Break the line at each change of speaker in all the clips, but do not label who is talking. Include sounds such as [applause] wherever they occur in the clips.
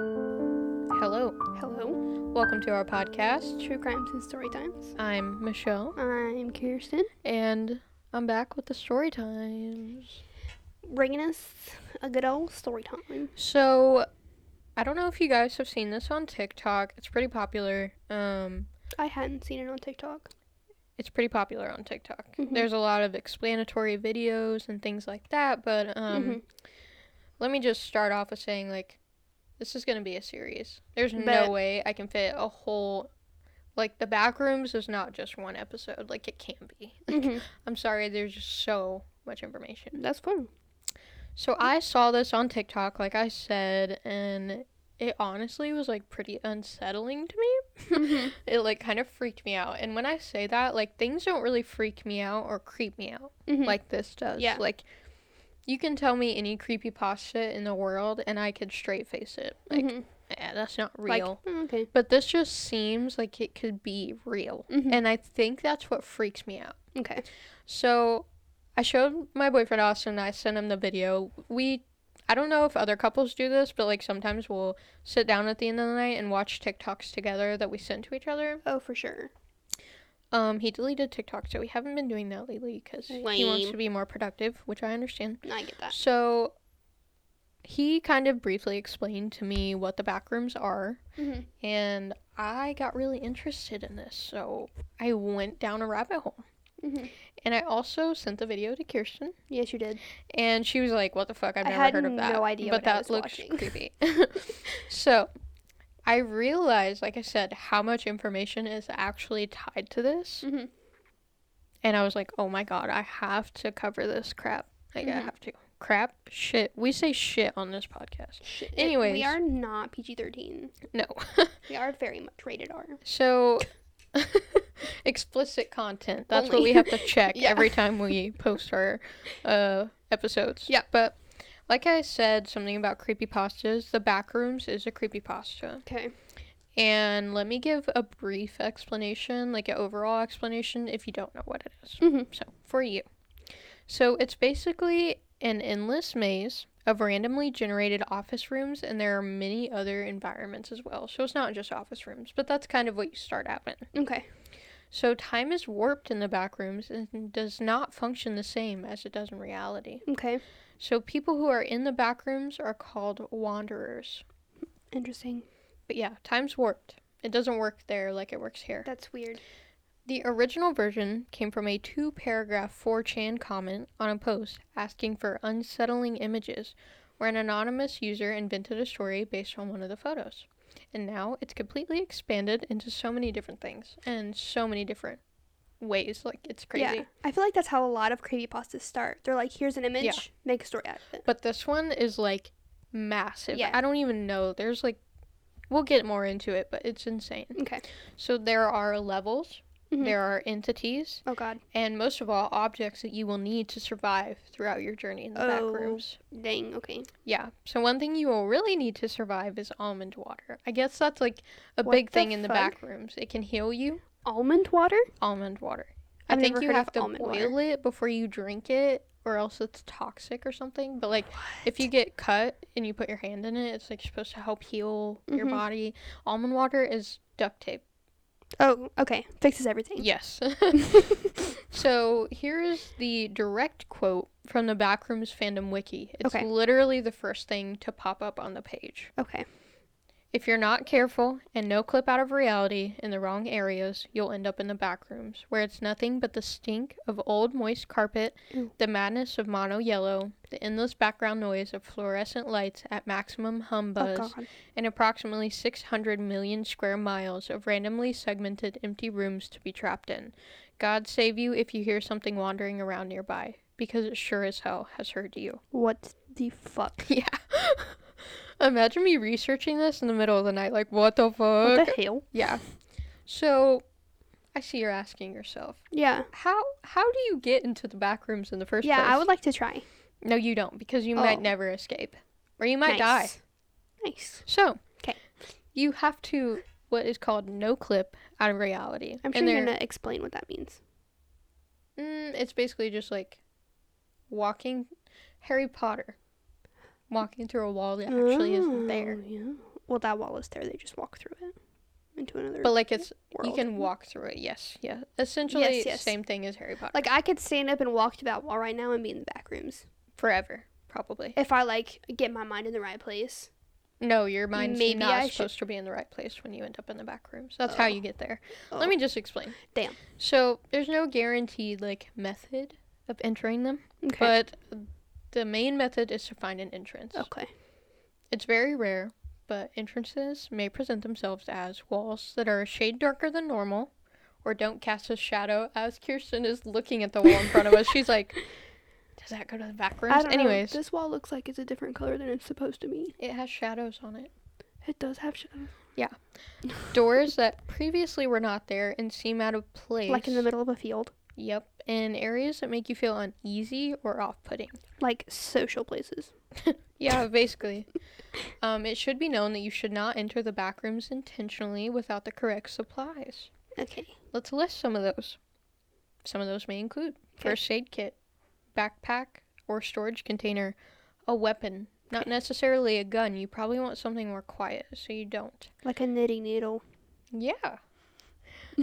Hello.
Hello.
Welcome to our podcast.
True crimes and story times.
I'm Michelle,
I'm Kirsten.
and I'm back with the story times.
Bringing us a good old story time.
So, I don't know if you guys have seen this on TikTok. It's pretty popular. Um,
I hadn't seen it on TikTok.
it's pretty popular on TikTok.
Mhm.
There's a lot of explanatory videos and things like that, but um,
Mhm.
let me just start off with saying like this is going to be a series. There's
Bet.
no way I can fit a whole like the back rooms is not just one episode. Like it can be. [laughs]
Mhm.
I'm sorry, there's just so much information.
That's fun.
So I saw this on TikTok, like I said, and it honestly was like pretty unsettling to me.
Mhm.
It like kind of freaked me out. And when I say that, like things don't really freak me out or creep me out
Mhm.
like this does.
Yeah.
Like you can tell me any creepy pasta in the world and I could straight face it. Like,
Mhm.
yeah, that's not
Like,
real.
mm, okay.
but this just seems like it could be real.
Mhm.
And I think that's what freaks me out.
Okay.
So I showed my boyfriend Austin, I sent him the video. We I don't know if other couples do this, but like sometimes we'll sit down at the end of the night and watch TikToks together that we send to each other.
Oh, for sure.
Um, he deleted TikTok, so we haven't been doing that lately because he wants
Lame.
to be more productive, which I understand.
I get that.
So he kind of briefly explained to me what the back rooms are,
Mhm.
and I got really interested in this, so I went down a rabbit hole.
Mhm.
And I also sent the video to Kirsten,
Yes, you did.
and she was like, "What the fuck? I've
I
never
had
heard of that."
no idea
but
what I
that
was
looks
watching. [laughs]
creepy. so I realized, like I said, how much information is actually tied to this,
Mhm.
and I was like, "Oh my god, I have to cover this crap. Like I
Mhm.
have to." Crap, shit. We say shit on this podcast.
Shit.
Anyways.
we are not PG thirteen.
No.
We are very much rated R. [laughs]
so, [laughs] explicit content. That's what
Only.
we have to check
[laughs] Yeah.
every time we post our uh, episodes.
Yeah.
But, like I said, something about creepypastas. The Backrooms is a creepypasta.
Okay.
And let me give a brief explanation, like an overall explanation, if you don't know what it is.
Mhm.
So, for you. So, it's basically an endless maze of randomly generated office rooms, and there are many other environments as well. So, it's not just office rooms, but that's kind of what you start out in.
Okay.
So, time is warped in the back rooms and does not function the same as it does in reality.
Okay.
So, people who are in the back rooms are called wanderers.
Interesting.
But yeah, time's warped. It doesn't work there like it works here.
That's weird.
The original version came from a two paragraph 4chan comment on a post asking for unsettling images, where an anonymous user invented a story based on one of the photos. And now it's completely expanded into so many different things and so many different ways. Like, it's crazy.
Yeah. I feel like that's how a lot of creepypastas start. They're like, here's an image, make a story out of it.
But this one is like massive.
Yeah.
I don't even know. There's like, we'll get more into it, but it's insane.
Okay.
So there are levels,
Mhm.
there are entities,
Oh god.
and most of all, objects that you will need to survive throughout your journey in the back
Oh.
rooms.
Dang, okay.
Yeah. So one thing you will really need to survive is almond water. I guess that's like a
What
big
the
thing in the
fuck?
back rooms. It can heal you.
Almond water?
Almond water. i
I've
think
never
you
heard of
have to
almond
boil
water.
it before you drink it, or else it's toxic or something. But like, if you get cut and you put your hand in it, it's like supposed to help heal your
Mhm.
body. Almond water is duct tape.
Oh, okay. Fixes everything.
Yes. [laughs] so here's the direct quote from the Backrooms fandom wiki. It's
Okay.
literally the first thing to pop up on the page.
[laughs] Okay.
If you're not careful and no clip out of reality in the wrong areas, you'll end up in the backrooms, where it's nothing but the stink of old moist carpet,
Ew.
the madness of mono yellow, the endless background noise of fluorescent lights at maximum hum
Oh
buzz,
god.
and approximately 600 million square miles of randomly segmented empty rooms to be trapped in. God save you if you hear something wandering around nearby, because it sure as hell has heard you.
What the fuck?
Yeah. Imagine me researching this in the middle of the night, like, what the fuck?
What the hell?
Yeah. So, I see you're asking yourself,
Yeah.
how how do you get into the back rooms in the first
Yeah,
place?
I would like to try.
No, you don't, because you
Oh.
might never escape, or you might die.
Nice. Nice.
So,
'Kay.
you have to what is called no clip out of reality.
I'm
And
sure you're
there-
gonna explain what that means.
Mm, it's basically just like walking Harry Potter, walking through a wall that actually isn't there,
Oh, Yeah. Well, that wall is there. They just walk through it into another
but like it's
world.
you can walk through it. Yes, yeah. Essentially,
yes.
same thing as Harry Potter.
Like I could stand up and walk to that wall right now and be in the back rooms
forever, probably.
if I like get my mind in the right place.
No, your mind's
Maybe
not
I should-
supposed to be in the right place when you end up in the back rooms. That's how
Oh.
you get there.
Oh.
Let me just explain.
Damn.
So there's no guaranteed like method of entering them,
Okay.
but the main method is to find an entrance.
okay.
It's very rare, but entrances may present themselves as walls that are a shade darker than normal, or don't cast a shadow. As Kirsten is looking at the wall in front of
[laughs]
us, she's like, "Does that go to the back
I
rooms?"
don't
Anyways,
know. This wall looks like it's a different color than it's supposed to be.
it has shadows on it.
It does have shadows.
doors that previously were not there and seem out of place.
Like in the middle of a field.
Yep, in areas that make you feel uneasy or off-putting.
Like social places.
Yeah, basically.
[laughs]
um, it should be known that you should not enter the back rooms intentionally without the correct supplies.
Okay.
Let's list some of those. Some of those may include first aid kit, backpack or storage container, a weapon. Not necessarily a gun. You probably want something more quiet, so you don't.
Like a knitting needle.
Yeah.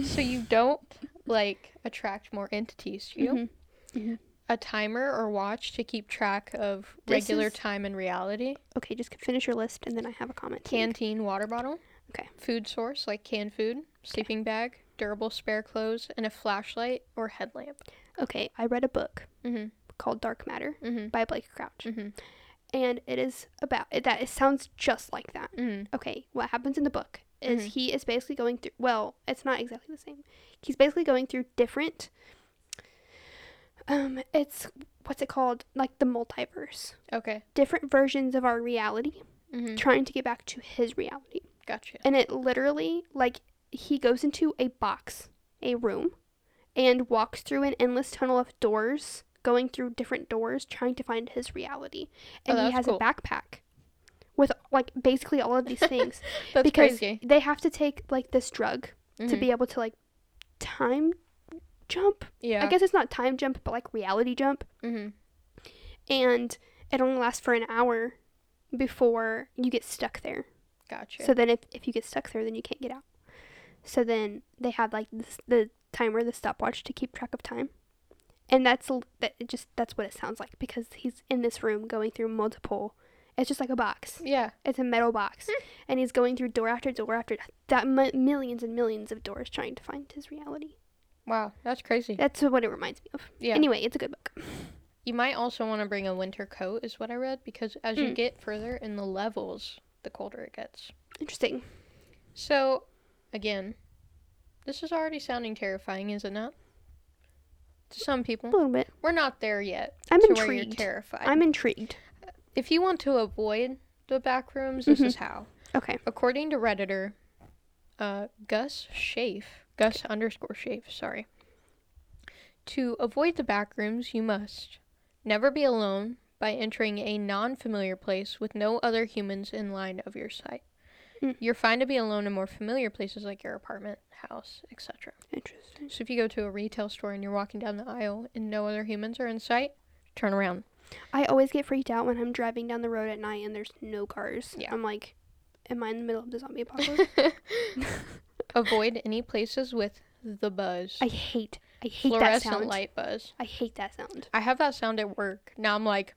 so
[laughs]
you don't like attract more entities to you.
Mhm. Mhm.
A timer or watch to keep track of
This
regular
is-
time and reality.
Okay, just finish your list and then I have a comment. to make.
Canteen water bottle.
Okay.
Food source like canned food, sleeping bag, durable spare clothes, and a flashlight or headlamp.
Okay, I read a book
Mhm.
called Dark Matter
Mhm.
by Blake Crouch.
Mhm.
And it is about it, that it sounds just like that.
Mhm.
okay, what happens in the book is
Mhm.
he is basically going through, well, it's not exactly the same. He's basically going through different, um, it's, what's it called? Like the multiverse.
Okay.
Different versions of our reality,
Mhm.
trying to get back to his reality.
Gotcha.
And it literally, like, he goes into a box, a room, and walks through an endless tunnel of doors, going through different doors, trying to find his reality.
Oh,
And he
that's
has
cool.
a backpack with, like, basically
[laughs]
all of these things
That's
because
crazy.
they have to take like this drug to
Mhm.
be able to like time jump.
yeah.
I guess it's not time jump, but like reality jump,
Mhm.
and it only lasts for an hour before you get stuck there.
Gotcha.
So then, if if you get stuck there, then you can't get out. So then they have like this, the timer, the stopwatch to keep track of time, and that's l- that it just that's what it sounds like because he's in this room going through multiple. It's just like a box.
yeah.
It's a metal box,
Hmm.
and he's going through door after door after that mi- millions and millions of doors trying to find his reality.
Wow, that's crazy.
That's what it reminds me of.
Yeah.
Anyway, it's a good book.
You might also want to bring a winter coat, is what I read, because as you
Mm.
get further in the levels, the colder it gets.
Interesting.
So, again, this is already sounding terrifying, is it not? To some
A
people,
little bit.
we're not there yet.
I'm
to Where you're
intrigued.
terrified.
I'm intrigued.
if you want to avoid the back rooms, this
Mm-hmm.
is how.
Okay.
According to Redditor, uh, Gus Shafe, Gus underscore Shafe, sorry. To avoid the back rooms, you must never be alone by entering a non familiar place with no other humans in line of your sight.
Mm.
You're fine to be alone in more familiar places like your apartment, house, etc.
Interesting.
So if you go to a retail store and you're walking down the aisle and no other humans are in sight, turn
[laughs]
around.
I always get freaked out when I'm driving down the road at night and there's no cars.
Yeah.
I'm like, am I in the middle of
[laughs]
the zombie apocalypse?
avoid any places with the buzz.
I hate. I hate that
fluorescent
sound.
light buzz.
I hate that sound.
I have that sound at work. Now I'm like,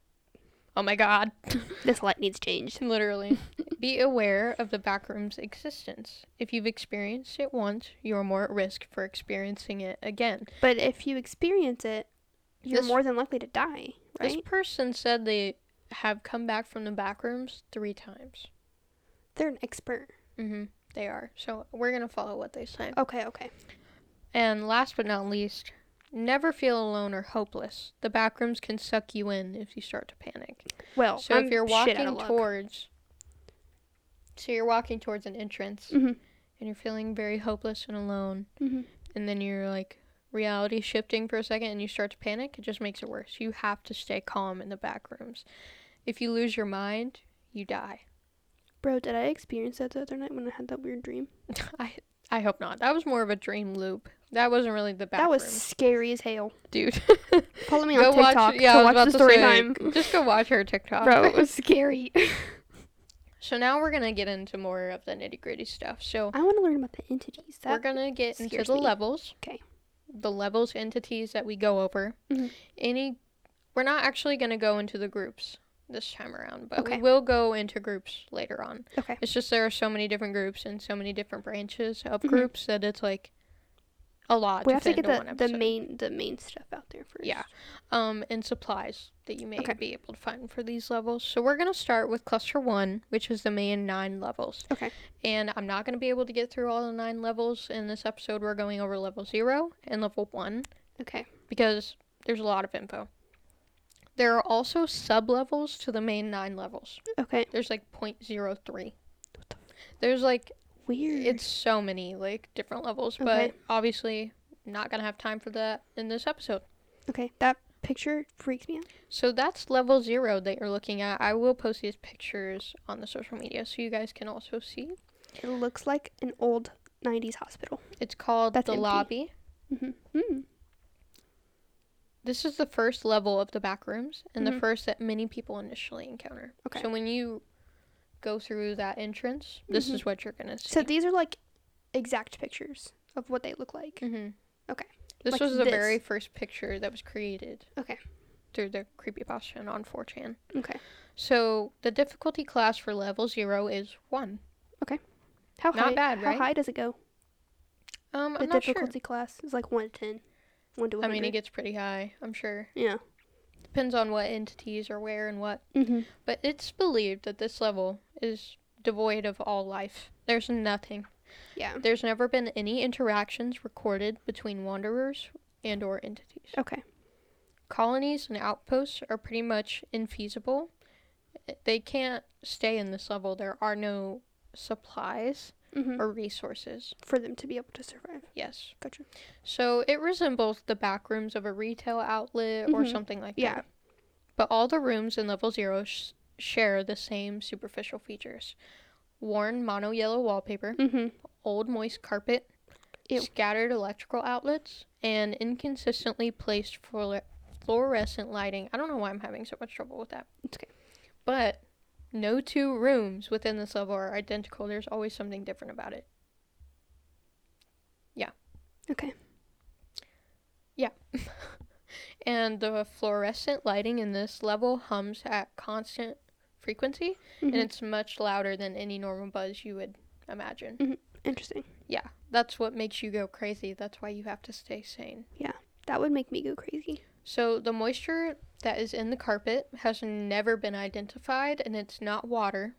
oh my god. [laughs]
This light needs changed.
Literally.
[laughs]
Be aware of the back room's existence. If you've experienced it once, you're more at risk for experiencing it again.
But if you experience it, you're
This-
more than likely to die, right?
This person said they have come back from the back rooms three times.
They're an expert.
Mm-hmm. They are. So we're going to follow what they say.
Okay. Okay.
And last but not least, never feel alone or hopeless. The back rooms can suck you in if you start to panic.
Well,
So
Oh, I'm
if you're
shit out
walking
of luck.
towards, so you're walking towards an entrance,
Mhm.
and you're feeling very hopeless and alone,
Mhm.
and then you're like reality shifting for a second, and you start to panic. It just makes it worse. You have to stay calm in the back rooms. If you lose your mind, you die. [laughs]
bro, did I experience that the other night when I had that weird dream?
I I hope not. That was more of a dream loop. That wasn't really the back
that was
room,
scary as hell. [laughs]
dude.
Follow me on
Go
TikTok
watch. Yeah,
to
I was
watch
about
the
to
story
say,
time.
Just go watch her TikTok.
[laughs] Bro, it was
[laughs]
scary. [laughs]
So now we're gonna get into more of the nitty gritty stuff. So
I want to learn about the entities. That
we're gonna get into
scares
the
me.
levels.
Okay.
The levels entities that we go over.
Mhm.
Any we're not actually gonna go into the groups this time around, but
Okay.
we will go into groups later on.
okay.
It's just there are so many different groups and so many different branches of
Mhm.
groups that it's like a lot.
We have to
fit
get
into
the,
one
the
episode.
main the main stuff out there first.
Yeah. um, and supplies that you may
Okay.
be able to find for these levels. So we're gonna start with cluster one, which is the main nine levels.
Okay.
And I'm not gonna be able to get through all the nine levels in this episode. We're going over level zero and level one
Okay.
because there's a lot of info. There are also sub levels to the main nine levels.
Okay.
There's like 0.03. There's like
Weird.
it's so many like different levels,
Okay.
but obviously not gonna have time for that in this episode.
okay. That picture freaks me out.
So that's level zero that you're looking at. I will post these pictures on the social media so you guys can also see.
It looks like an old '90s hospital.
It's called
That's
the
empty.
lobby.
Mm-hmm. Mm.
This is the first level of the back rooms and
Mhm.
the first that many people initially encounter.
Okay.
So when you go through that entrance, this
Mhm.
is what you're gonna see.
So these are like exact pictures of what they look like.
Mhm.
Okay.
This
Like
was the
this.
very first picture that was created.
Okay.
Through the creepypasta and on 4chan.
Okay.
So the difficulty class for level zero is one.
How
Not
high?
bad,
How
right?
high does it go?
Um,
the
I'm not sure.
difficulty class is like one to ten. One to
I
100.
mean, it gets pretty high. I'm sure.
yeah.
depends on what entities are where and what,
Mm-hmm.
but it's believed that this level is devoid of all life. There's nothing.
Yeah.
There's never been any interactions recorded between wanderers and or entities.
Okay.
Colonies and outposts are pretty much infeasible. They can't stay in this level. There are no supplies
Mm-hmm.
or resources.
For them to be able to survive.
Yes.
Gotcha.
So it resembles the back rooms of a retail outlet or
Mhm.
something like
Yeah.
that. But all the rooms in level zero sh- share the same superficial features worn mono yellow wallpaper,
Mm-hmm.
old moist carpet,
Ew.
scattered electrical outlets, and inconsistently placed fluor- fluorescent lighting. I don't know why I'm having so much trouble with that.
It's okay.
But no two rooms within this level are identical. There's always something different about it.
Okay.
[laughs] and the fluorescent lighting in this level hums at constant frequency
Mhm.
and it's much louder than any normal buzz you would imagine
Interesting.
yeah that's what makes you go crazy that's why you have to stay sane
That would make me go crazy.
so the moisture that is in the carpet has never been identified and it's not water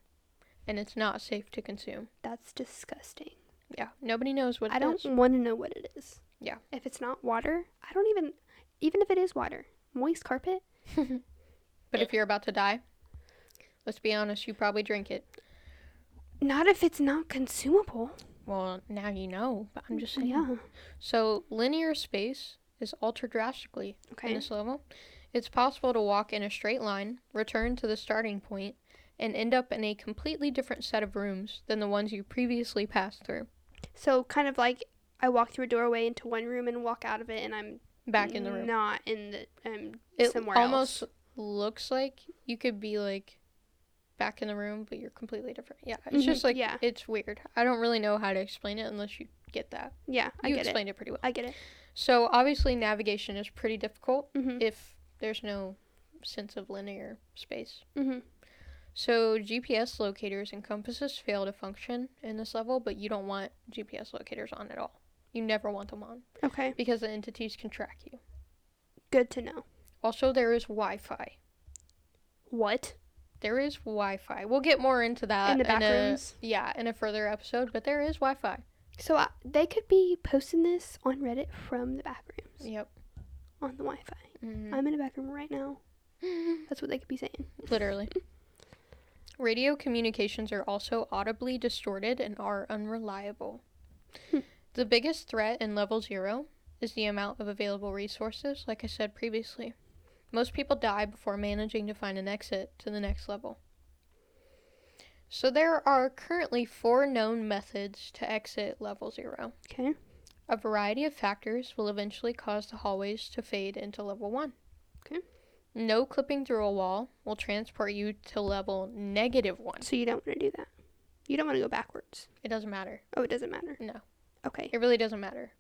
and it's not safe to consume
That's disgusting.
yeah nobody knows what
I
it
don't
is.
want to know what it is.
Yeah.
If it's not water, I don't even. Even if it is water, moist carpet.
but if you're about to die let's be honest you probably drink it
Not if it's not consumable.
well now you know but i'm just saying
Yeah.
So linear space is altered drastically
Okay.
in this level. It's possible to walk in a straight line, return to the starting point, and end up in a completely different set of rooms than the ones you previously passed through.
So kind of like I walk through a doorway into one room and walk out of it, and I'm
Back in the room.
Not in the um
it
somewhere
almost
else.
looks like you could be like back in the room, but you're completely different. Yeah, it's
Mhm,
just like
yeah.
it's weird. I don't really know how to explain it unless you get that.
Yeah, I
You
get it.
explained it pretty well.
I get it.
So obviously navigation is pretty difficult
Mhm.
if there's no sense of linear space.
Mhm.
So GPS locators and compasses fail to function in this level, but you don't want GPS locators on at all. You never want them on
Okay.
because the entities can track you.
Good to know.
Also, there is Wi-Fi.
What?
There is Wi-Fi. We'll get more into that
Uh, In the back
a-
rooms?
Yeah, in a further episode, but there is Wi-Fi.
So uh, they could be posting this on Reddit from the back rooms
Yep.
on the Wi-Fi.
Mhm.
I'm in a back room right now. That's what they could be saying.
Literally. Radio communications are also audibly distorted and are unreliable. the biggest threat in level zero is the amount of available resources, like I said previously. Most people die before managing to find an exit to the next level. So, there are currently four known methods to exit level zero.
Okay.
A variety of factors will eventually cause the hallways to fade into level 1.
Okay.
No clipping through a wall will transport you to level negative 1.
So you don't want to do that. You don't want to go backwards.
It doesn't matter.
Oh, it doesn't matter.
No.
Okay.
It really doesn't matter.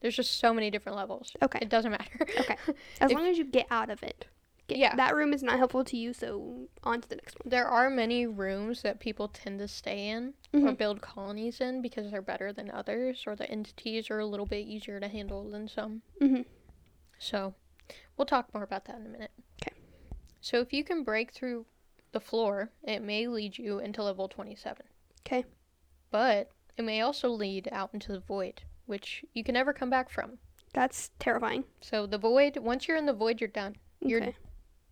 There's just so many different levels.
Okay.
It doesn't matter. [laughs]
Okay. As
If-
long as you get out of it. Get,
Yeah.
That room is not helpful to you, so on to the next one.
There are many rooms that people tend to stay in or
Mhm.
build colonies in because they're better than others or the entities are a little bit easier to handle than some.
Mhm.
So, we'll talk more about that in a minute.
'Kay.
So, if you can break through the floor, it may lead you into level 27.
'Kay.
But it may also lead out into the void, which you can never come back from.
That's terrifying.
So, the void, once you're in the void, you're done. You're
Okay.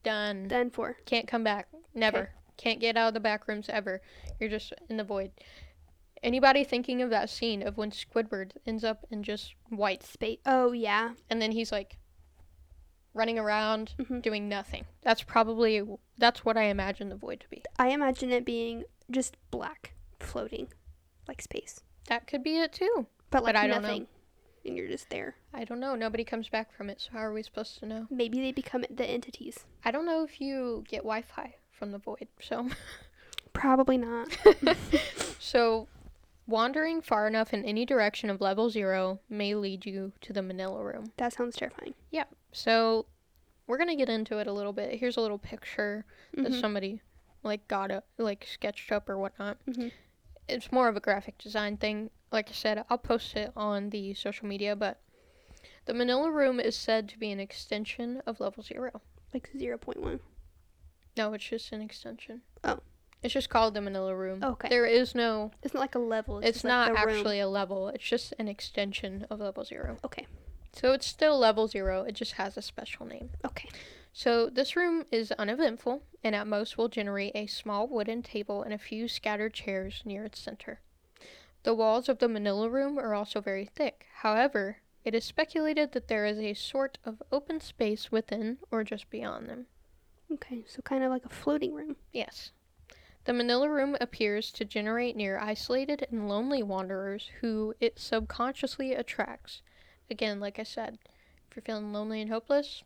Done.
Done for.
Can't come back. Never. Can't get out of the back rooms ever. You're just in the void. Anybody thinking of that scene of when Squidward ends up in just white
Space. Oh, yeah.
and then he's like running around
Mhm.
doing nothing. That's probably that's what I imagine the void to be.
I imagine it being just black, floating, like space.
That could be it too.
But like
I don't know.
nothing. And you're just there.
I don't know. Nobody comes back from it, so how are we supposed to know?
Maybe they become the entities.
I don't know if you get Wi-Fi from the void. So [laughs]
Probably not.
so wandering far enough in any direction of level 0 may lead you to the manila room.
That sounds terrifying.
So we're going to get into it a little bit. Here's a little picture that
Mhm.
somebody like got up, like sketched up or whatnot.
Mhm.
It's more of a graphic design thing. Like I said, I'll post it on the social media, but the Manila Room is said to be an extension of Level Zero.
Like 0.1.
No, it's just an extension.
Oh.
It's just called the Manila Room.
Okay.
There is no.
It's not like a level. It's,
It's,
just
not
like the room.
actually a level. It's just an extension of Level Zero.
Okay.
So it's still Level Zero. It just has a special name.
Okay.
So, this room is uneventful and at most will generate a small wooden table and a few scattered chairs near its center. The walls of the manila room are also very thick. However, it is speculated that there is a sort of open space within or just beyond them.
Okay. So kind of like a floating room.
Yes. The manila room appears to generate near isolated and lonely wanderers who it subconsciously attracts. Again, like I said, if you're feeling lonely and hopeless,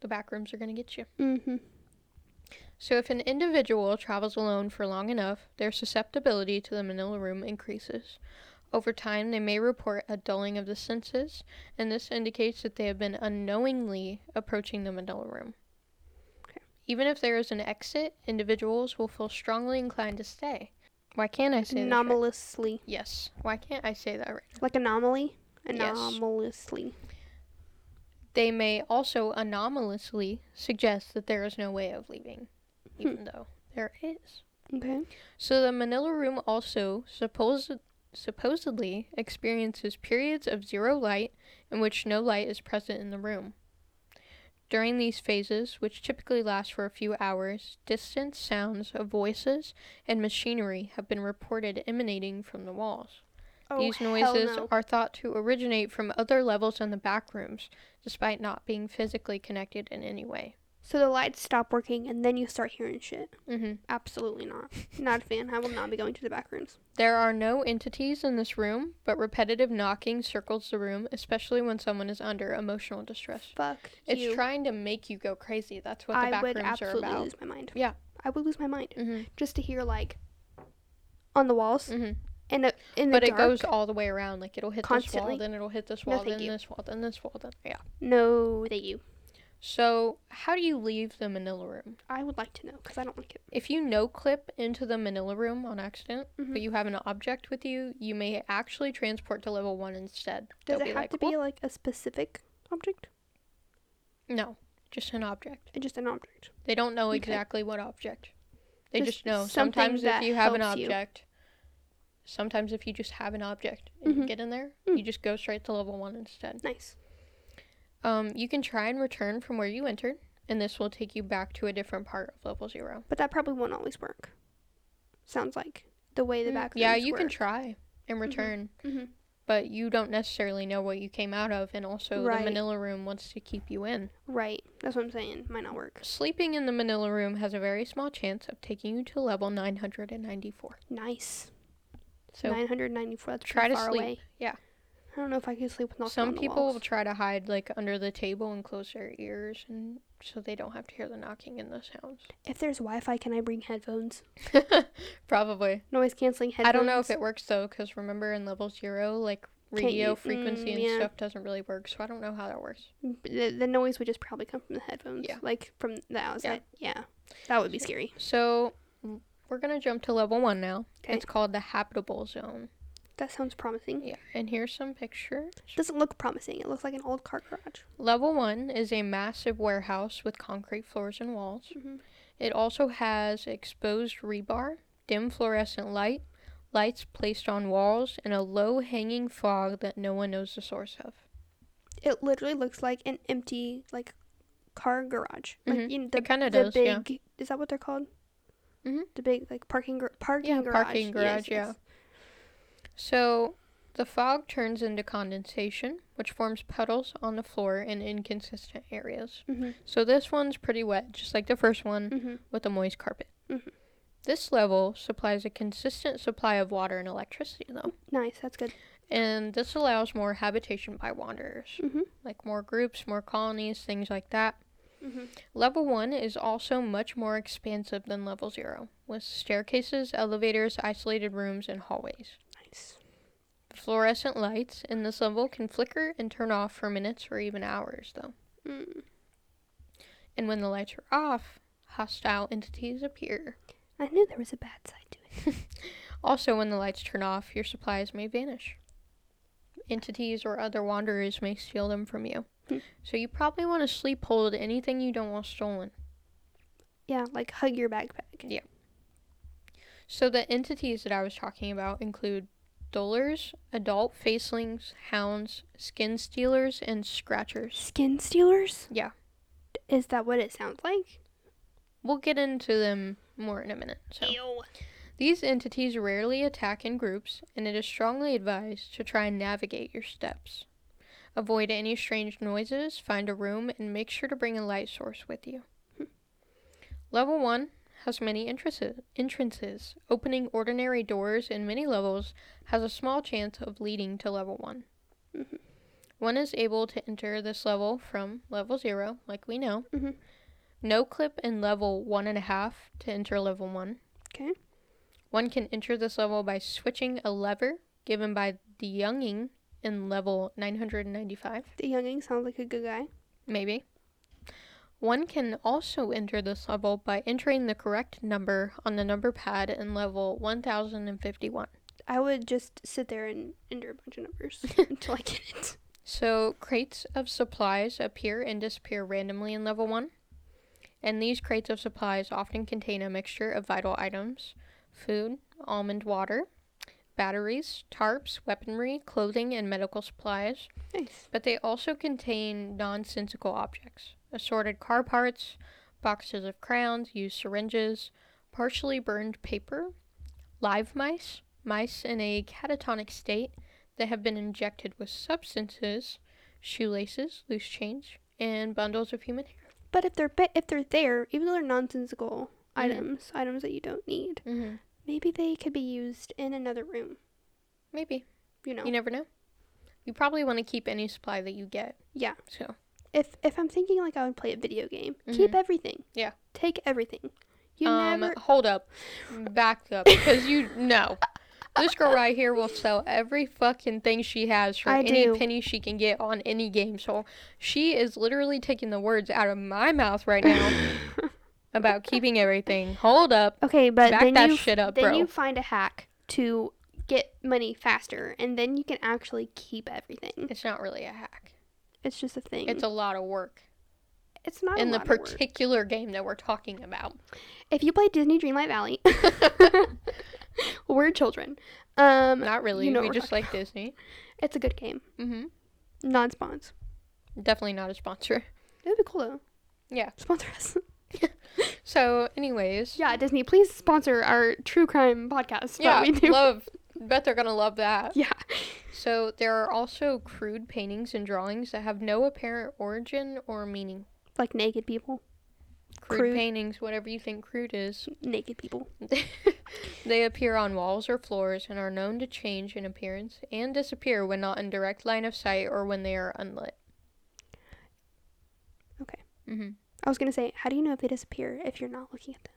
the back rooms are going to get you.
Mm-hmm.
So, if an individual travels alone for long enough, their susceptibility to the manila room increases. Over time, they may report a dulling of the senses, and this indicates that they have been unknowingly approaching the manila room.
Okay.
Even if there is an exit, individuals will feel strongly inclined to stay. Why can't I say that? Right?
Anomalously.
Yes. Why can't I say that right?
Like anomaly?
Yes.
Anomalously.
They may also anomalously suggest that there is no way of leaving, even though there is.
Okay.
So the Manila room also supposed supposedly experiences periods of zero light in which no light is present in the room. During these phases, which typically last for a few hours, distant sounds of voices and machinery have been reported emanating from the walls.
Oh,
these
hell
noises
no.
are thought to originate from other levels in the back rooms, despite not being physically connected in any way.
So the lights stop working and then you start hearing shit.
hmm
Absolutely not. Not a fan. I will not be going to the back rooms.
There are no entities in this room, but repetitive knocking circles the room, especially when someone is under emotional distress.
Fuck
It's
you.
trying to make you go crazy. That's what the
I
back
would
rooms are
absolutely
about.
lose my mind.
Yeah.
I would lose my mind
Mhm,
just to hear like on the walls
mhm.
and the, in the
But it
dark.
goes all the way around. Like it'll hit this
Constantly.
wall, then it'll hit this wall,
thank
then
you.
this wall, then this wall, then yeah.
No, that you.
So how do you leave the Manila room?
I would like to know because I don't like it.
If you no clip into the Manila room on accident,
Mhm.
but you have an object with you, you may actually transport to level one instead.
Does
They'll
it have to
"Whoop."
be like a specific object?
No, just an object.
Or just an object.
They don't know
Okay.
exactly what object. They just,
Just
know.
something
Sometimes if
that
you have an
helps you.
object, sometimes if you just have an object and you
Mhm.
get in there,
Mm.
you just go straight to level one instead.
Nice.
Um, you can try and return from where you entered, and this will take you back to a different part of level zero.
But that probably won't always work. Sounds like the way the
Mm,
back.
yeah,
rooms
you can mm-hmm.
work.
try and return,
Mhm.
but you don't necessarily know what you came out of, and also
Right.
the Manila room wants to keep you in.
right. That's what I'm saying. Might not work.
Sleeping in the Manila room has a very small chance of taking you to level 994.
Nice.
So
994. That's
try
pretty
to
far
sleep.
away.
Yeah.
I don't know if I can sleep with knocking on
Some
the
people will
walls.
try to hide like under the table and close their ears, and so they don't have to hear the knocking and the sounds. [laughs]
If there's Wi-Fi, can I bring headphones?
Probably.
Noise canceling headphones.
I don't know if it works though, because remember in level zero, like
Can't
radio
you-
frequency
mm,
and
yeah.
stuff doesn't really work. So I don't know how that works.
The, the noise would just probably come from the headphones.
Yeah.
Like from the outside. Yeah. That would be scary.
So mm, we're gonna jump to level one now.
'Kay.
It's called the habitable zone.
That sounds promising.
Yeah, and here's some pictures.
Doesn't look promising. It looks like an old car garage.
Level one is a massive warehouse with concrete floors and walls.
Mhm.
It also has exposed rebar, dim fluorescent light, lights placed on walls, and a low hanging fog that no one knows the source of.
It literally looks like an empty like car garage. Like
Mhm.
you know, the,
it kind of
the
does, yeah.
big is that what they're called?
Mhm.
The big like parking gar- parking
Yeah,
garage.
parking
Yes,
garage, yeah.
yes.
So the fog turns into condensation, which forms puddles on the floor in inconsistent areas.
Mhm.
So this one's pretty wet, just like the first one
Mhm.
with the moist carpet.
Mhm.
This level supplies a consistent supply of water and electricity, though,
Nice, that's good.
and this allows more habitation by wanderers,
Mhm.
like more groups, more colonies, things like that. Mm-hmm.
Mhm.
Level 1 is also much more expansive than level 0, with staircases, elevators, isolated rooms, and hallways.
Nice.
Fluorescent lights in this level can flicker and turn off for minutes or even hours, though.
Mm.
And when the lights are off, hostile entities appear.
I knew there was a bad side to it.
Also, when the lights turn off, your supplies may vanish. Entities or other wanderers may steal them from you.
Hmm.
So, you probably want to sleep hold anything you don't want stolen.
Yeah, like hug your backpack.
Yeah. So, the entities that I was talking about include dullers, adult facelings, hounds, skin stealers, and scratchers.
Skin stealers?
Yeah.
Is that what it sounds like?
We'll get into them more in a minute. So.
Ew.
These entities rarely attack in groups, and it is strongly advised to try and navigate your steps. Avoid any strange noises, find a room, and make sure to bring a light source with you. Hmm. Level 1 has many entrances. entrances. Opening ordinary doors in many levels has a small chance of leading to level 1.
Mhm.
One is able to enter this level from level 0, like we know.
Mhm.
No clip in level 1.5 to enter level 1.
Okay.
One can enter this level by switching a lever given by the younging in level 995,
The younging sounds like a good guy.
maybe. One can also enter this level by entering the correct number on the number pad in level 1051.
I would just sit there and enter a bunch
[laughs]
of numbers until I get it.
So, crates of supplies appear and disappear randomly in level 1. And these crates of supplies often contain a mixture of vital items food, almond water, batteries, tarps, weaponry, clothing, and medical supplies.
Nice.
But they also contain nonsensical objects assorted car parts, boxes of crowns, used syringes, partially burned paper, live mice, mice in a catatonic state that have been injected with substances, shoelaces, loose change, and bundles of human hair.
But if they're ba- if they're there, even though they're nonsensical items, items that you don't need,
Mm-hmm.
maybe they could be used in another room.
Maybe.
You know,
You never know. You probably want to keep any supply that you get.
Yeah.
So,
if if I'm thinking like I would play a video game, keep
Mhm.
everything.
Yeah.
Take everything. You
um,
never.
hold up. Back up. Because
[laughs]
you know. This girl right here will sell every fucking thing she has for
I
any
do.
penny she can get on any game. So she is literally taking the words out of my mouth right
[laughs]
now about keeping everything. Hold up.
Okay, but
Back
then
that
you
shit up,
then
bro.
you find a hack to get money faster, and then you can actually keep everything.
It's not really a hack.
It's just a thing.
It's a lot of work
it's not
in
a
the
lot of work.
particular game that we're talking about.
If you play Disney
[laughs]
Dreamlight Valley, [laughs] we're children. Um,
Not really.
know
we
we're
just like Disney.
it's a good game.
hmm
Non-spawns.
Definitely not a sponsor.
It would be cool though.
Yeah.
Sponsor us. [laughs]
So, anyways,
Yeah, Disney, please sponsor our true crime podcast. that
yeah,
we do.
love. Bet they're gonna love that.
[laughs] yeah.
So there are also crude paintings and drawings that have no apparent origin or meaning.
Like naked people.
Crude,
Crude.
paintings, whatever you think crude is,
Naked people.
they appear on walls or floors and are known to change in appearance and disappear when not in direct line of sight or when they are unlit.
Okay.
Mm-hmm.
I was gonna say, how do you know if they disappear if you're not looking at them?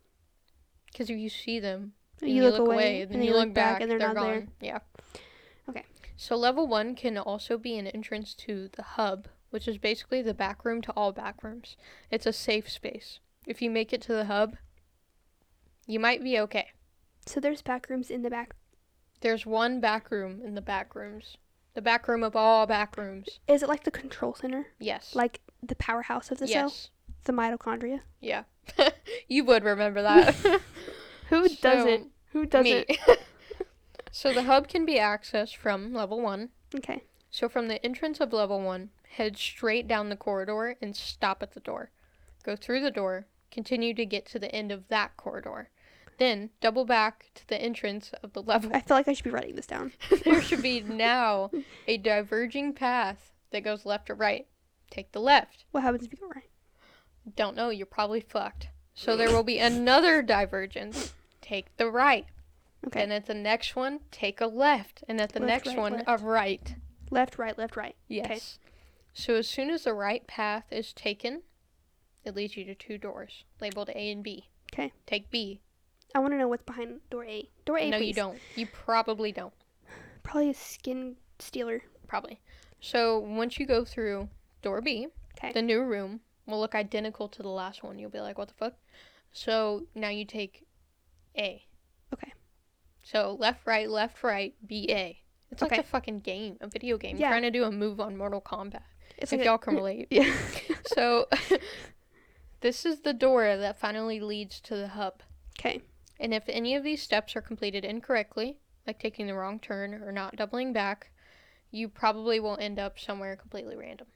Because if you see them,
You
and you,
look
look,
away,
away, and then you look back,
and
they're,
they're not
gone.
there.
Yeah.
Okay.
So level one can also be an entrance to the hub, which is basically the back room to all back rooms. It's a safe space. If you make it to the hub, you might be okay.
So there's back rooms in the back.
There's one back room in the back rooms. The back room of all back rooms.
Is it like the control center?
Yes.
Like the powerhouse of the cell?
yes.
The mitochondria?
Yeah. [laughs] you would remember that.
Who
So-
doesn't? Who doesn't?
Me. [laughs] so the hub can be accessed from level one.
[laughs] Okay.
So from the entrance of level one, head straight down the corridor and stop at the door. Go through the door, continue to get to the end of that corridor. Then double back to the entrance of the [laughs] level.
I feel like I should be writing this down.
there should be now a diverging path that goes left or right. Take the left.
What happens if you go right?
Don't know, you're probably fucked. So there will be another divergence. Take the right.
Okay.
And at the next one, take a left. And at the
Left,
next
right,
one,
left.
a right.
Left, right, left, right.
Yes. So as soon as the right path is taken, it leads you to two doors labeled A and B.
'Kay.
Take B.
I want to know what's behind door A. Door A.
no, you
please.
don't. You probably don't.
Probably a skin stealer.
Probably. So once you go through door B,
'Kay.
the new room will look identical to the last one. You'll be like, what the fuck? So now you take A.
Okay.
So left, right, left, right, B, A. It's
Okay.
like a fucking game, a video game.
Yeah.
Trying to do a move on Mortal Kombat.
It's
if
like a-
y'all can relate.
[laughs] Yeah.
So, [laughs] this is the door that finally leads to the hub.
Okay.
And if any of these steps are completed incorrectly, like taking the wrong turn or not doubling back, you probably will end up somewhere completely random.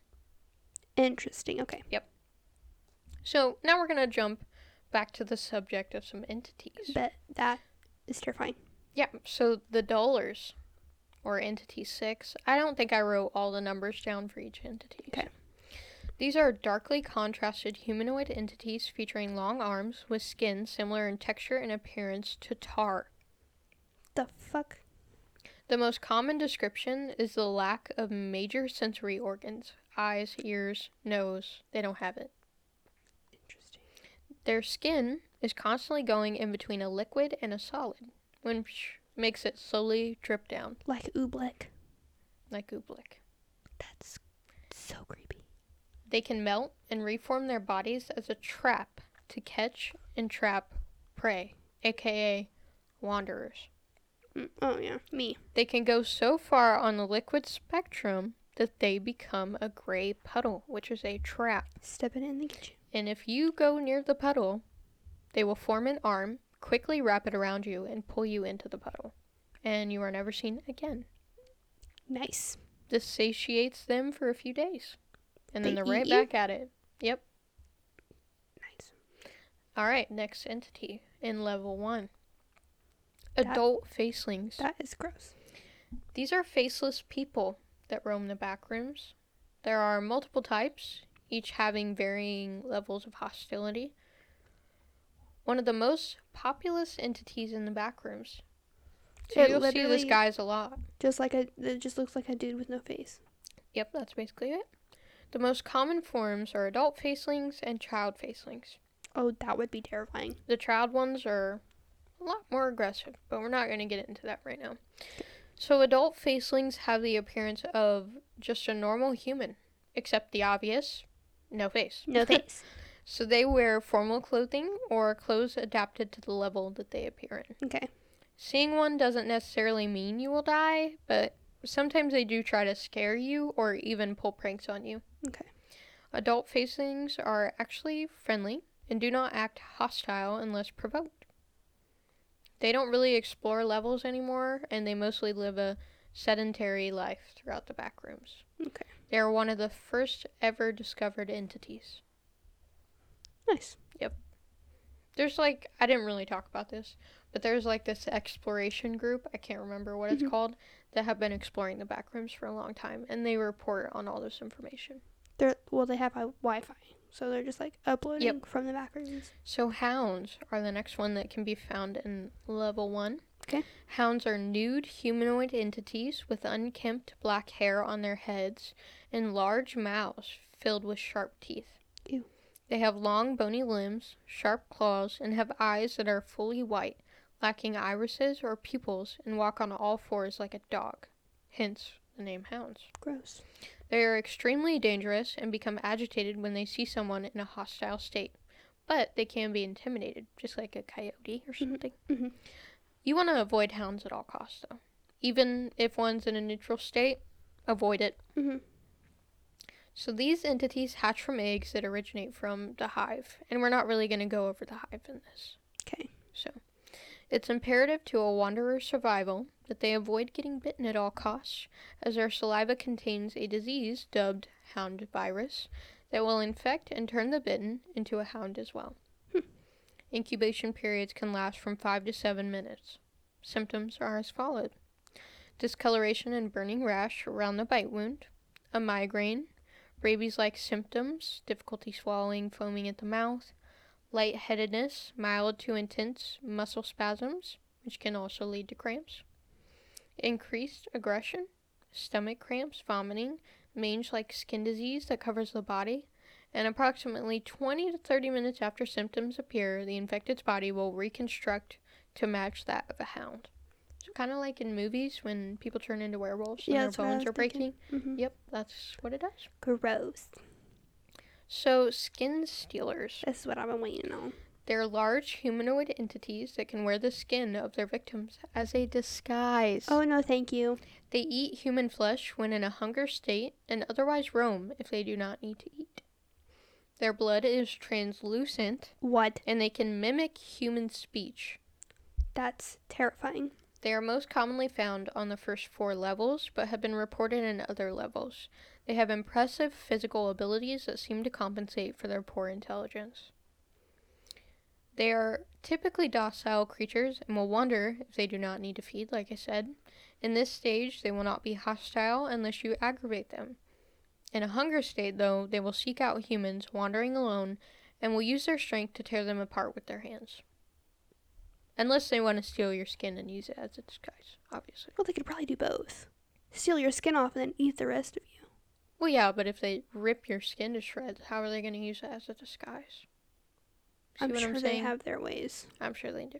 Interesting. Okay.
So, now we're going to jump back to the subject of some entities.
But that is terrifying.
Yeah, so the dollars or entity 6. I don't think I wrote all the numbers down for each entity.
Okay.
These are darkly contrasted humanoid entities featuring long arms with skin similar in texture and appearance to tar.
The fuck?
The most common description is the lack of major sensory organs eyes, ears, nose. They don't have it.
Interesting.
Their skin is constantly going in between a liquid and a solid, which makes it slowly drip down
Like oobleck.
like oobleck.
That's so creepy.
They can melt and reform their bodies as a trap to catch and trap prey, aka wanderers.
Mm, oh yeah, me.
They can go so far on the liquid spectrum that they become a gray puddle, which is a trap.
Stepping in the kitchen.
And if you go near the puddle, they will form an arm, quickly wrap it around you, and pull you into the puddle. And you are never seen again.
Nice.
This satiates them for a few days. And then
They
they're right
eat you?
back at it. Yep.
Nice.
All right, next entity in level one.
That-
Adult facelings.
That is gross.
These are faceless people that roam the back rooms. There are multiple types, each having varying levels of hostility. One of the most populous entities in the back rooms. So
It
you'll see this
literally-
guys a lot.
Just like a, it just looks like a dude with no face.
Yep, that's basically it. The most common forms are adult facelings and child facelings.
Oh, that would be terrifying.
The child ones are a lot more aggressive, but we're not going to get into that right now. So, adult facelings have the appearance of just a normal human, except the obvious no face. [laughs]
No face.
so, they wear formal clothing or clothes adapted to the level that they appear in.
[laughs] okay.
Seeing one doesn't necessarily mean you will die, but sometimes they do try to scare you or even pull pranks on you.
Okay.
Adult facelings are actually friendly and do not act hostile unless provoked. They don't really explore levels anymore and they mostly live a sedentary life throughout the back rooms.
Okay.
They are one of the first ever discovered entities.
Nice.
There's like I didn't really talk about this, but there's like this exploration group, I can't remember what it's
Mhm.
called, that have been exploring the back rooms for a long time and they report on all this information.
They're well, they have a Wi-Fi, so they're just like uploading from the back rooms.
So hounds are the next one that can be found in level 1.
Okay.
Hounds are nude humanoid entities with unkempt black hair on their heads and large mouths filled with sharp teeth.
Ew.
They have long bony limbs, sharp claws, and have eyes that are fully white, lacking irises or pupils, and walk on all fours like a dog. Hence the name hounds.
Gross.
They are extremely dangerous and become agitated when they see someone in a hostile state, but they can be intimidated, just like a coyote or something.
mhm.
You want to avoid hounds at all costs, though. Even if one's in a neutral state, avoid it.
hmm
So these entities hatch from eggs that originate from the hive, and we're not really going to go over the hive in this.
Okay.
So it's imperative to a wanderer's survival that they avoid getting bitten at all costs, as their saliva contains a disease dubbed hound virus that will infect and turn the bitten into a hound as well. Incubation periods can last from 5 to 7 minutes. Symptoms are as followed discoloration and burning rash around the bite wound, a migraine, rabies like symptoms, difficulty swallowing, foaming at the mouth, lightheadedness, mild to intense muscle spasms, which can also lead to cramps, increased aggression, stomach cramps, vomiting, mange like skin disease that covers the body, and approximately 20 to 30 minutes after symptoms appear, the infected's body will reconstruct to match that of a hound. So kind of like in movies when people turn into werewolves and
Yeah, that's
their
what I
bones
was
are breaking.
thinking. hmm
Yep, that's what it does.
Gross.
So, skin stealers.
This is what I've been waiting on.
They're large humanoid entities that can wear the skin of their victims as a disguise.
Oh no, thank you.
They eat human flesh when in a hunger state and otherwise roam if they do not need to eat. Their blood is translucent
What?
and they can mimic human speech.
That's terrifying.
They are most commonly found on the first four levels, but have been reported in other levels. They have impressive physical abilities that seem to compensate for their poor intelligence. They are typically docile creatures and will wander if they do not need to feed, like I said. In this stage, they will not be hostile unless you aggravate them. In a hunger state, though, they will seek out humans wandering alone and will use their strength to tear them apart with their hands. Unless they want to steal your skin and use it as a disguise, obviously.
Well, they could probably do both. Steal your skin off and then eat the rest of you.
Well, yeah, but if they rip your skin to shreds, how are they going to use it as a disguise? See
I'm
what
sure
I'm
they
saying?
have their ways.
I'm sure they do.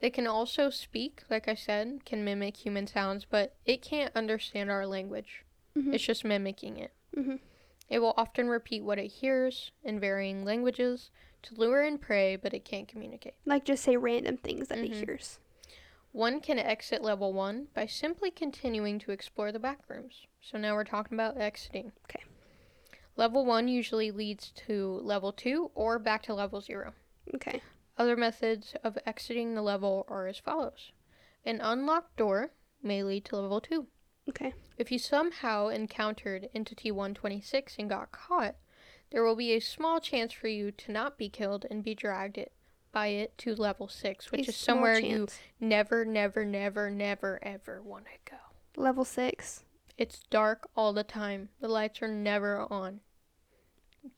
They can also speak, like I said, can mimic human sounds, but it can't understand our language.
Mhm.
It's just mimicking it.
Mhm.
It will often repeat what it hears in varying languages to lure and prey, but it can't communicate.
Like just say random things that
Mhm.
it hears.
One can exit level one by simply continuing to explore the back rooms. So now we're talking about exiting.
Okay.
Level one usually leads to level two or back to level zero.
Okay.
Other methods of exiting the level are as follows an unlocked door may lead to level two.
Okay.
If you somehow encountered Entity 126 and got caught, there will be a small chance for you to not be killed and be dragged it, by it to level 6, which
A
is
small
somewhere you
chance.
never, never, never, never, ever want to go.
level six.
It's dark all the time. The lights are never on.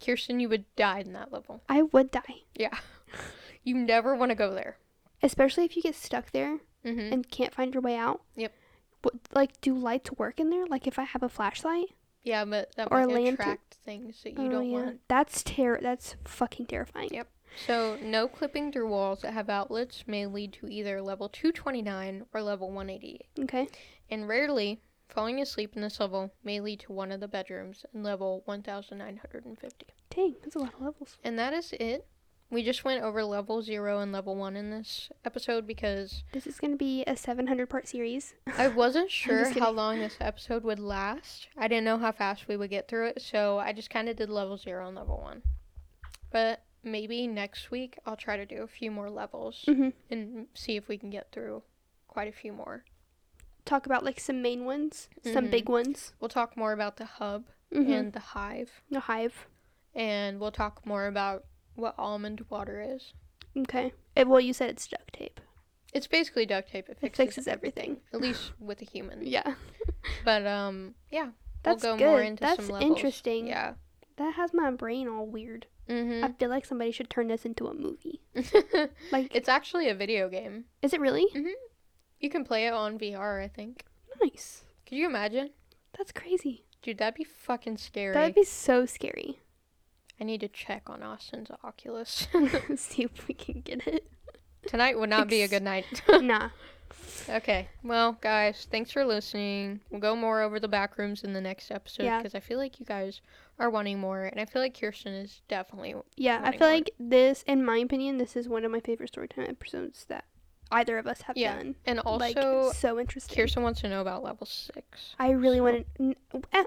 Kirsten, you would die in that level.
I would die,
Yeah. you never want to go there.
especially if you get stuck there
Mm-hmm.
and can't find your way out.
Yep.
What, like, do lights work in there? Like, if I have a flashlight,
Yeah, but that
Or
might
lantern-
attract things that you
Oh,
don't
yeah.
want.
That's ter. That's fucking terrifying.
Yep. So, no clipping through walls that have outlets may lead to either level 229 or level 188.
Okay.
And rarely, falling asleep in this level may lead to one of the bedrooms in level 1950.
Dang, that's a lot of levels.
And that is it. We just went over level 0 and level 1 in this episode because
This is gonna be a 700
[laughs]
part series.
I
[laughs]
wasn't sure
just
how
kidding.
long this episode would last. I didn't know how fast we would get through it, so I just kind of did level 0 and level 1. But maybe next week I'll try to do a few more
[laughs]
levels.
Mm-hmm.
and see if we can get through quite a few more.
Talk about like some main ones, some
Mhm.
big ones.
We'll talk more about the hub
Mm-hmm.
and the hive,
the hive.
and we'll talk more about what almond water is.
Okay. It, well, you said it's duct tape.
It's basically duct tape. It
It
fixes,
fixes everything.
at least with a
[laughs]
human.
Yeah.
But um, yeah,
That's
we'll go
good.
more into
That's
some levels.
interesting.
Yeah.
That has my brain all weird.
Mm-hmm.
I feel like somebody should turn this into
[laughs]
a movie. Uh, Like,
it's actually a video game.
is it really?
You can play it on VR, I think.
Nice.
Could you imagine?
That's crazy.
Dude, that'd be fucking scary.
That would be so scary. [laughs]
I need to check on Austin's Oculus. [laughs]
See if we can get it.
Tonight would not be a good night.
[laughs] nah.
[laughs] okay. Well, guys, thanks for listening. We'll go more over the back rooms in the next episode
Yeah.
because I feel like you guys are wanting more, and I feel like Kirsten is definitely.
Yeah, I
Running
feel
more.
like this, in my opinion, this is one of my favorite storytime episodes that either of us have
Yeah.
done.
And also,
like, so interesting.
Kirsten wants to know about level six.
I really
so-
want to.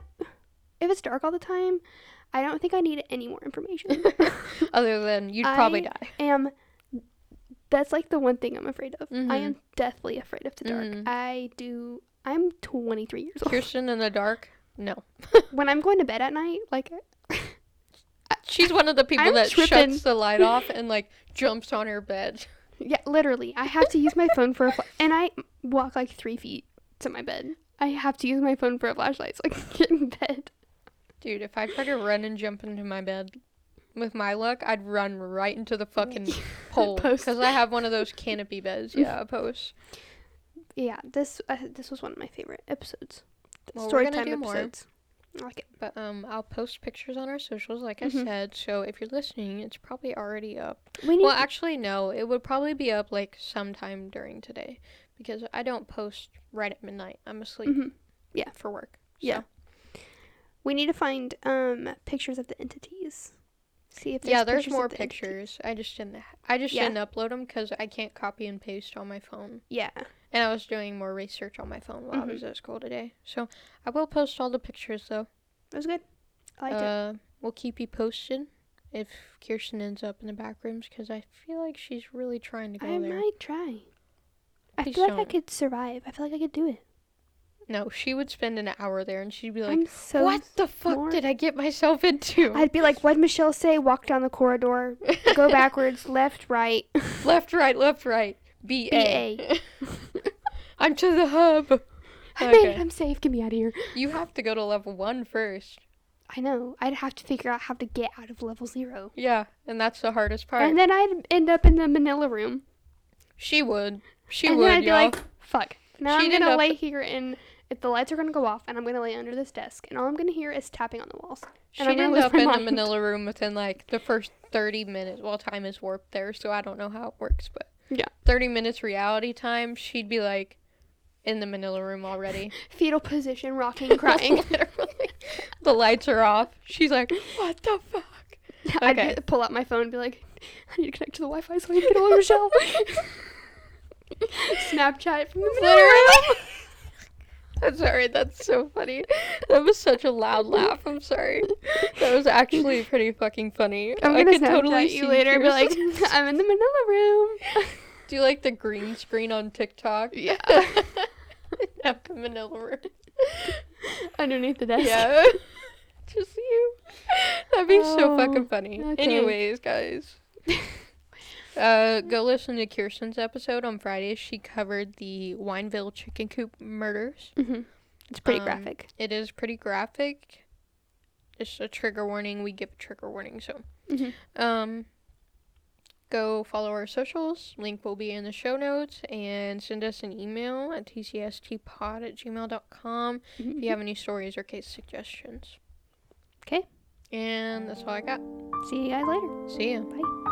If it's dark all the time, I don't think I need any more
[laughs]
information.
Other than you'd probably
[laughs]
die.
am. That's like the one thing I'm afraid of. I
Mhm.
am deathly afraid of the dark.
Mhm.
I do. I'm 23 years old.
Kirsten in the dark? No.
[laughs] when I'm going to bed at night, like
She's one of the people
I'm
that
tripping.
shuts the light off and like jumps on her bed. [laughs]
Yeah, literally. I have to use my phone for a fla- and I walk like three feet to my bed. I have to use my phone for a flashlight so I can get in bed.
Dude, if I tried to run and jump into my bed with my luck, I'd run right into the
[laughs]
fucking pole
Post.
because I have one of those canopy beds. Yeah, a post.
Yeah, this uh, this was one of my favorite episodes.
Well, we're
Story
gonna
time
do more.
episodes. I like it.
But um, I'll post pictures on our socials, like I
Mhm.
said. So if you're listening, it's probably already up.
We need
Well, actually, no, it would probably be up like sometime during today because I don't post right at midnight. I'm asleep.
Mhm. Yeah.
for work.
Yeah.
So-
we need to find um pictures of the entities. See if there's
yeah, there's
pictures of
more
the entity-
pictures. I just didn't. I just
Yeah.
didn't upload them because I can't copy and paste on my phone.
Yeah,
And I was doing more research on my phone while I was
Mm-hmm.
at school today. So I will post all the pictures though.
it was good. I liked
Uh, we'll keep you posted if Kirsten ends up in the back rooms because I feel like she's really trying to go
it. I
there.
might try. I
Please
feel like I
don't.
could survive. I feel like I could do it.
No, she would spend an hour there and she'd be like,
I'm so
"What the fuck
smart."
did I get myself into?
I'd be like, what'd Michelle say? Walk down the corridor, go backwards, left, right.
[laughs]
[laughs]
left, right, left, right, B
BA.
[laughs] A. I'm to the hub.
I made it.
Okay.
I'm safe. Get me out of here.
You have to go to level one first.
I know. I'd have to figure out how to get out of level zero.
Yeah, and that's the hardest part.
And then I'd end up in the manila room.
she would. She
and
would.
then I'd be
y'all.
like, fuck. Now
She'd
I'm
end
going to
up-
lay here and if the lights are going to go off and I'm going to lay under this desk and all I'm going to hear is tapping on the walls.
She
And I'm gonna
ended
lose
up
my
in
mind.
the Manila room within like the first 30 minutes. Well, time is warped there, so I don't know how it works, but
Yeah.
30 minutes reality time, she'd be like in the Manila room
[laughs]
already. [laughs]
Fetal position, rocking, crying. [laughs]
Literally. The lights are off. She's like, what the fuck?
I'd
Okay.
be, pull out my phone and be like, I need to connect to the Wi Fi so I can get
[laughs]
on Michelle. [laughs]
[laughs]
Snapchat from the manila room.
Literally. I'm sorry, that's so funny. That was such a loud laugh. I'm sorry. That was actually pretty fucking funny.
I'm
I
gonna
could totally
Snapchat
see
you later and
[laughs]
be like, [laughs]
Kirsten-
I'm in the Manila room.
Do you like the green screen on TikTok? [laughs]
Yeah.
Not the manila room.
[laughs] Underneath the desk.
Yeah. [laughs] Just you. That'd be so
Oh,
fucking funny.
okay.
Anyways,
[laughs]
guys. Uh, go listen to Kirsten's episode on Friday. She covered the Wineville chicken coop murders.
hmm It's pretty
Um,
graphic.
It is pretty graphic. Just a trigger warning. We give a trigger warning, so
Mhm.
um, go follow our socials. Link will be in the show notes and send us an email at tcstpod at gmail.com
Mm-hmm.
if you have any stories or case suggestions.
'Kay.
And that's all I got.
See you guys later.
See ya.
Bye.